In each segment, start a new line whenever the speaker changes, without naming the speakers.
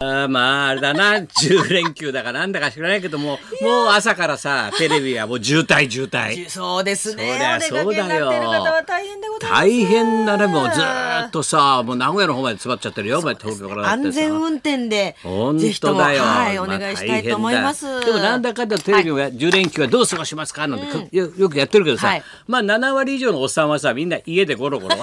あーまあ、あれだな、10連休だからなんだか知らないけども、もう朝からさ、テレビはもう渋滞渋滞。
そうですね。
そりゃそうだよ
お出かけになってる方は大変でございます。
大変だね、もうずーっとさ、もう名古屋の方まで詰まっちゃってるよ、お前東京からだってさ。
安全運転で、
本
ぜひと
当
も、
だよ。
はい、
ま
お
あ
願いしたいと思います。
大変だでもなんだかんだテレビもや10連休はどう過ごしますかなんてくよよくやってるけど
は
さ
い、
まあ7割以上のおっさんはさ、みんな家でゴロゴロ。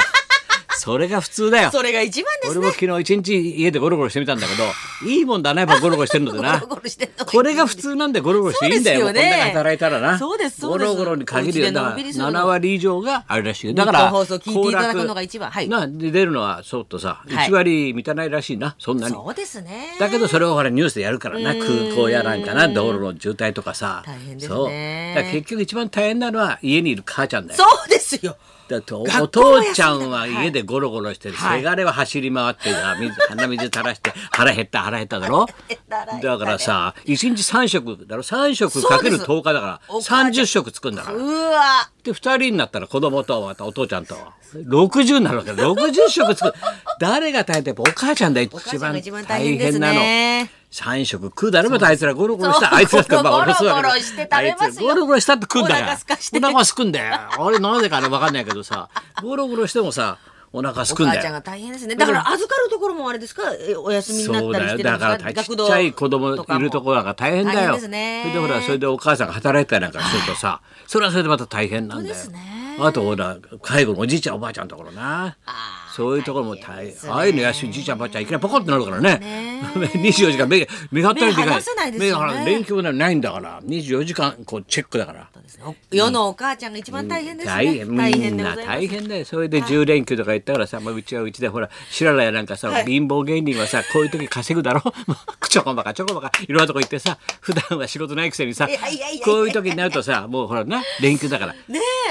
それが普通だよ。
それが一番です
俺
ね。
も昨日一日家でゴロゴロしてみたんだけど、いいもんだな、やっぱゴロゴロしてるのでな。
ゴロゴロしてんのがいい
これが普通なんでゴロゴロしていいんだよ。
そうですよね
こんだけ働いたらな。
そうですそ
ゴ
うです
ロゴロに限る
お
よ。
家で
だか
の
ら
んびりするの
7割以上があるらしいよ。だから、
日本放送聞いていただくのが一番
行楽な
は
で出るのはそうとさ、
はい
1割満たないらしいな、そんなに。
そうですね。
だけどそれをほらニュースでやるからな空港やなんかな道路の渋滞とかさ
大変ですね
そうだから結局一番大変なのは家にいる母ちゃんだよ
そうですよ。
だと
学校
お父ちゃん
も休みだ
は
はい
家でゴロゴロしてる、
はい
せがれは走り回ってさ水鼻水垂らして腹減った腹減っただ ろ
減った腹減った
だからさ一日3食だろ3食かける
そう
10日だか
お
ら
母ちゃん
30食作るんだから
うわ。
で2人になったら子供とまたお父ちゃんと60になるわけだ60食作る誰が大変ってやっぱお母ちゃんだ一
母ちゃん
番
が一番大
大
変です
変なの。
ね。
三食食うだろまたあいつらゴロゴロした
そう
あいつらってまあ
ゴロゴロ
俺もそうだけど
ゴロして食べますよ
あいつらゴロゴロしたって食うんだよ
お腹すかして
お腹すくんだよ俺なぜかね分かんないけどさゴロゴロしてもさお腹すくん
母
だ
ちゃん
よ
が大変ですね。だから預かるところもあれですか。えお休みにな
そ
っ
う
たり
だ
し
よ
てるん
だか。
ですから学
ちっ
童
ちゃい子供
とか
い
も
るところなんか大変だ
大変
よ
ですね
それでほらそれでお母さんが働いてたりなんかするとさそれはそれでまた大変なんだよ
本当ですね
あとほら介護のおじいちゃんおばあちゃんのところな
あー
そういうところも大
大変です
変
ね
ああいうの安いじいちゃんばあちゃんいきなりポコッとなるからね
ね
24時間目目がったり
目離せないですよね
目が連休なんてないんだから24時間こうチェックだから
ですねお世のお母ちゃんが一番大変ですね。
大変みん
でご
な
ざいます
大変だよそれで10連休とか言ったからさ、まあ、うちはうちでほら白らやなんかさ、貧乏芸人はさこういう時稼ぐだろ ちょこまかちょこまかいろんなとこ行ってさ普段は仕事ないくせにさ
いやいやいやいや
こういう時になるとさもうほらな連休だから、
ね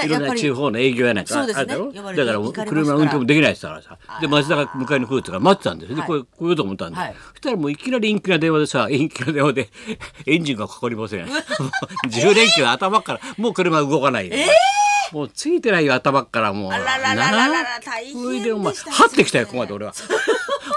え
いろん
やっ
な
ぱり
地方の営業やなんかあ
そう
る
ですね
だろ、
呼ばれて
だから
行かれますから
車の運転もできないですからさで松田が迎えに来るってから待ってたんですよで
はい
こう来ようと思ったんで、
はい
そしたらもういきなり陰気な電話でさ 陰気な電話でエンジンがかかり ません10連休頭からもう車動かないよ、もうついてないよ頭からもう。
あらららららら大変でした
それでお前張ってきたよここまで 俺は。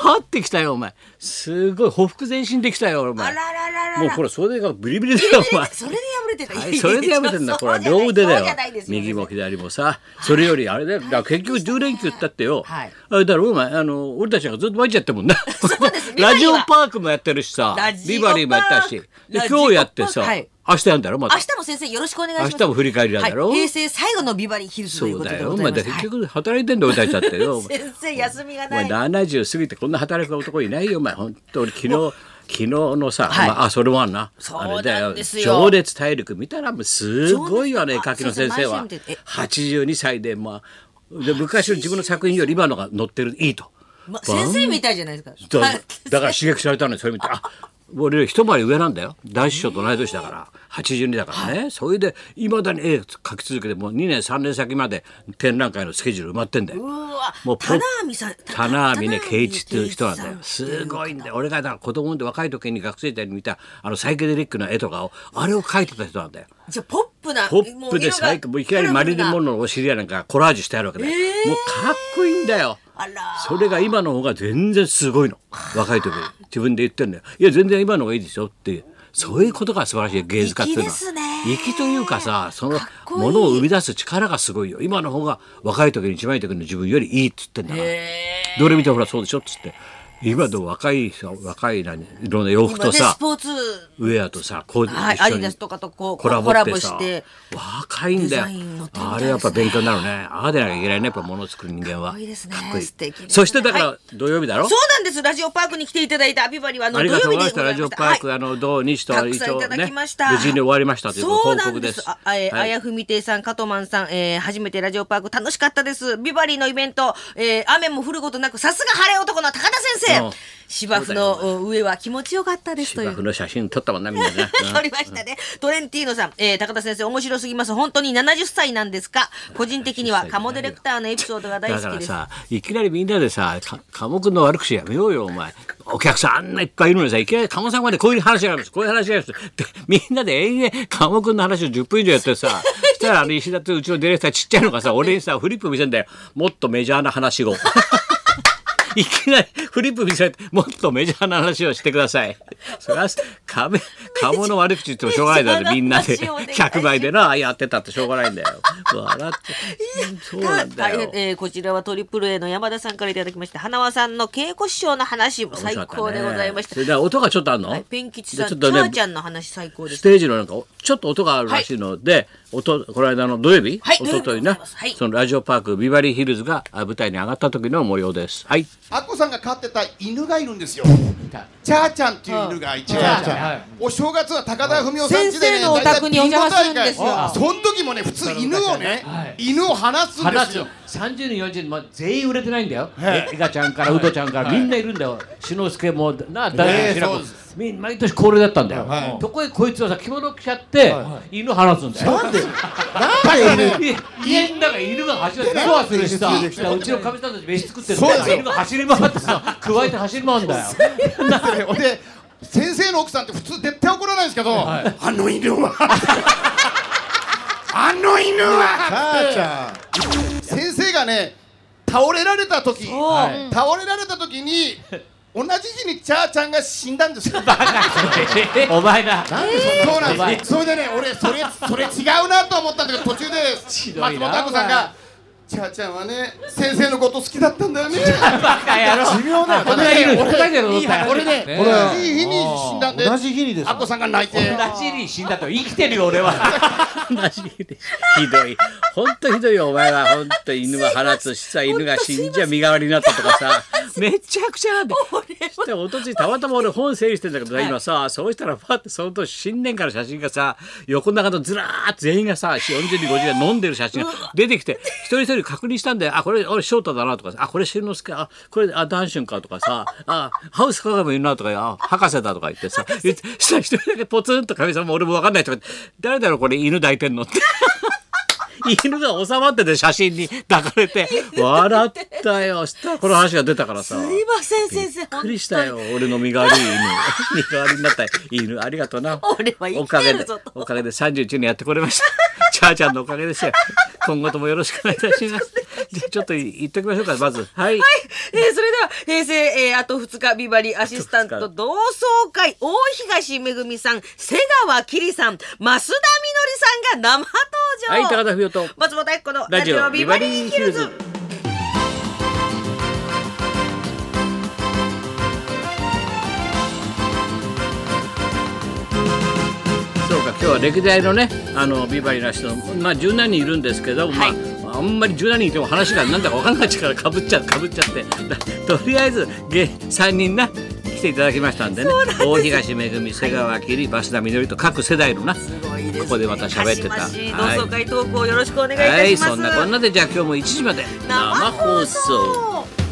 張ってきたよお前。すごいほふく前進できたよお
あ
前。
らららら
もうこれ袖がブリブリだ よお前。
それで破れてた。
はい、それでやめ てんだ、これは両腕だよ。右も左もさ、それよりあれだよ、だから結局10連休ったってよ。
はい
あれだろ、お前、あの、俺たちがずっと巻いちゃってもんな。
そうです
ラジオパークもやってるしさ
ラジ、オ
ビバリーもやったし、
パ
で
ーク
今日やってさ、
ラジオパークはい
明日やんだろ、また
明。日も先生よろしくお願いし
明
ます。
日も振り返りなんだろ。
はい平成最後のビバリーヒルズとい
そうう
こと
だ
で
よ、
ご
お
ざ
前、
います。
だから
は
結
い
局働いてんだよ、俺たちだってよ。お前
先生休みが
お前
ない。
70過ぎてこんな働く男いないよお前本当俺昨日昨日のさ、
はい
まあ、あそれもあんな
そう
あれ
なんですよ
情熱大陸見たらもうすごいよね絵
情熱
描きの先生は
先生毎週見てえ
82歳でまあで昔の自分の作品より今のが載ってるいいと
ま先生みたいじゃないですか。
だ
はい
だから刺激されたのにそれ見てあ俺より一回り上なんだよ男子師匠と同い年だから82だからね、それでいまだに絵描き続けてもう2年3年先まで展覧会のスケジュール埋まってんだよ
うわ。
もうポ
棚網さん。
棚網ね圭一っていう人なんだよ
さ
すごいんだよ俺がだから子供で若い時に学生時代に見たあのサイケデリックな絵とかをあれを描いてた人なんだよ
じゃあポップな。
ポップでサイケ
も
も
う
う
い
いきなりマリリン・モン
の。
ローのお尻やなんかコラージュしてあるわけで、
えー
もうかっこいいんだよ
あら
それが今の方が全然すごいの若い時に自分で言ってんだよいや全然今の方がいいでしょってそういうことが素晴らしい芸術家っていうのは
粋ですね
粋というかさその
かっこいい
ものを生み出す力がすごいよ今の方が若い時に一番いい時の自分よりいいっつってんだから
へー
どれ見てもほらそうでしょっつって今の若いさ若い何いろんな洋服
今ね
とさ
スポーツ。
ウェアとさこう
はい
一緒に
アディダスとかとこう
コラボって
コ
さ
ラボして
若いんだよ
デザインの展開ですね
あれやっぱ勉強になるねああでなきゃいけないねやっぱものを作る人間は
かっこいいですね
かっこいい
素敵ですね
そしてだから土曜日だろ
そうなんです。ラジオパークに来ていただいたアビバリーはあの
あ
土
り
曜
がとう
日で
ご
ご
ざいまし。ラ
ざいましたた。
ジオパーク、
はい
あの、同日と
た
一
くさんい
応
ただ
ね、
きました。
無事に終わりましたという
そ
報
うなん
告
で
ですす。。
ああえー、
は
あ
い
やふみていさん、加藤マンさん、えー、初めてラジオパーク楽しかったです。ビバリーのイベント、えー、雨も降ることなく、さすが晴れ男の高田先
うん
生。芝生のうん上は気持ちよかったですとい
芝
う
生。の写真撮ったもんな、みんな な
撮りましたね。トレンティーノさん、えー、高田先生面白すぎます。本当に70歳なんですか。個人的にはカモディレクターのエピソードが大
だか
好き
ら
です。
さ、いきなりみんなでさ、か科目の悪口やめようよ、お前。お客さんあんないっぱいいるのにさ、いきなり科目さんまでこういう話があるんです、こういう話があるんですって、みんなで永遠科目の話を10分以上やって さ、そしたらあの石田って うちのディレクターちっちゃいのがさ、俺にさ、フリップ見せんだよ。もっとメジャーな話を。いきなりフリップ見せられて、もっとメジャーな話をしてください。それは、亀、鴨の悪口言ってもしょうがないだろ、みんなで。
メジャーな話をお願いします
100倍でな、やってたってしょうがないんだよ。笑って。うんそうなんだ
はい
よ。
えーこちらはトリプル A の山田さんからいただきました花輪さんの稽古師匠の話も最高でございました
それでは音がちょっとあるの、
はいペン吉さん、
でちょっ
チ
と
ャ
ね
ーちゃんの話最高で
ス
す
テージのなんかおちょっと音があるらしいので、音この間の土曜日、
はい
おととい
土曜日でござい
ね
ますはい
そのラジオパークビバリーヒルズがあ舞台に上がった時の模様です。はい。
アッコさんが飼ってた犬がいるんですよ。チャーちゃんっていう犬がいて、お正月は高田文夫さん家でね、
先生のお宅にお邪魔するんですよ
大体ビンゴ大会その時もね、普通犬をね、犬を放すんで
話
す
す
よ
よ。30人40人、まあ、全員売れてないんだよえガちゃん からウドちゃんからみんないるんだよ志の輔もな
ええ
大学
そう
の
で
みん毎年恒例だったんだよ、
はい
とこへこいつはさ着物着ちゃって、犬放すんだよなんで家の中犬が走ってそうするしさだからうちのかみさんたち飯作ってるんだ
そうです
よ
よ
犬が走り回ってさ加えて走り回るんだよ
ほんで、先生の奥さんって普通絶対怒らないんですけど、あの犬 は。あの犬は先生がね、倒れられた時、
はい
倒れられた時に、同じ日にチャーちゃんが死んだんですよ。
お前な
そう
や
な
ば
ん
い
です。それでね、俺それそれ違うなと思ったんだけど途中で松
どいな
本明子さんが。ちゃーちゃんはね、先生のこと好きだったんだよね。
バカ野郎寿命だよこんな犬
俺
叩いてるのだよ
俺ね、
ね
同じ日に死んだんで、
同
あ
じ日にです
っこさんが泣いて。
同じに死んだと生きてるよ俺は
マジでひどい。ほんとひどいよ、お前は。ほんと犬は放つしさ、犬が死んじゃ身代わりになったとかさ。めちゃくちゃなんだよ。そしておとついたまたま俺本整理してんだけどさ、今さ、そうしたらパってその年新年から写真がさ、横の中のずらーっと全員がさ、40人、50人飲んでる写真が出てきて、一人一人確認したんで、あ、これ俺翔太だなとかさ、あ、これ俊之介、あ、これあ、ダンシュンかとかさ、あ、ハウスかもいるなとか、あ、博士だとか言ってさ、言って、したら一人だけポツンと神様も俺もわかんないとか言って、誰だろうこれ犬抱いてんのって。犬が収まってて写真に抱かれて笑ったよしたらこの話が出たからさ
すいません先生
びっくりしたよ俺の身代わり犬 身代わりになった犬ありがとうな
俺は生
お
き
か
て
げ
る
で
ぞと
おかげで31年やってこれました チャーちゃんのおかげですよ今後ともよろしくお願いいたしますじゃあちょっと言っときましょうかまずはい、
えーそれでは平成、えーあと2日ビバリーアシスタント同窓会大東めぐみさん瀬川きりさん増田みのりさんが生登場、
はい、高田文夫と
松本明子の
ラ
ラジ
ジ
オ
オ
ビ
ビ
バ
バ
リ
リー
ーヒ
ヒ
ル
ル
ズ
ズ。そうか今日は歴代のねあのビバリーな人まあ十何人いるんですけど、
はい
まああんまり十何人いても話がなんだか分かんないからかぶっちゃかぶっちゃって だとりあえずげ3人な来ていただきましたんでね大東めぐみ瀬川きり増田みのりと各世代のなここでまた喋ってた。
マシマシ同
はい
窓会投稿よろしくお願いいた
は
し
い、
ます。
そんなこんなでじゃあ今日も1時まで生放送。
生放送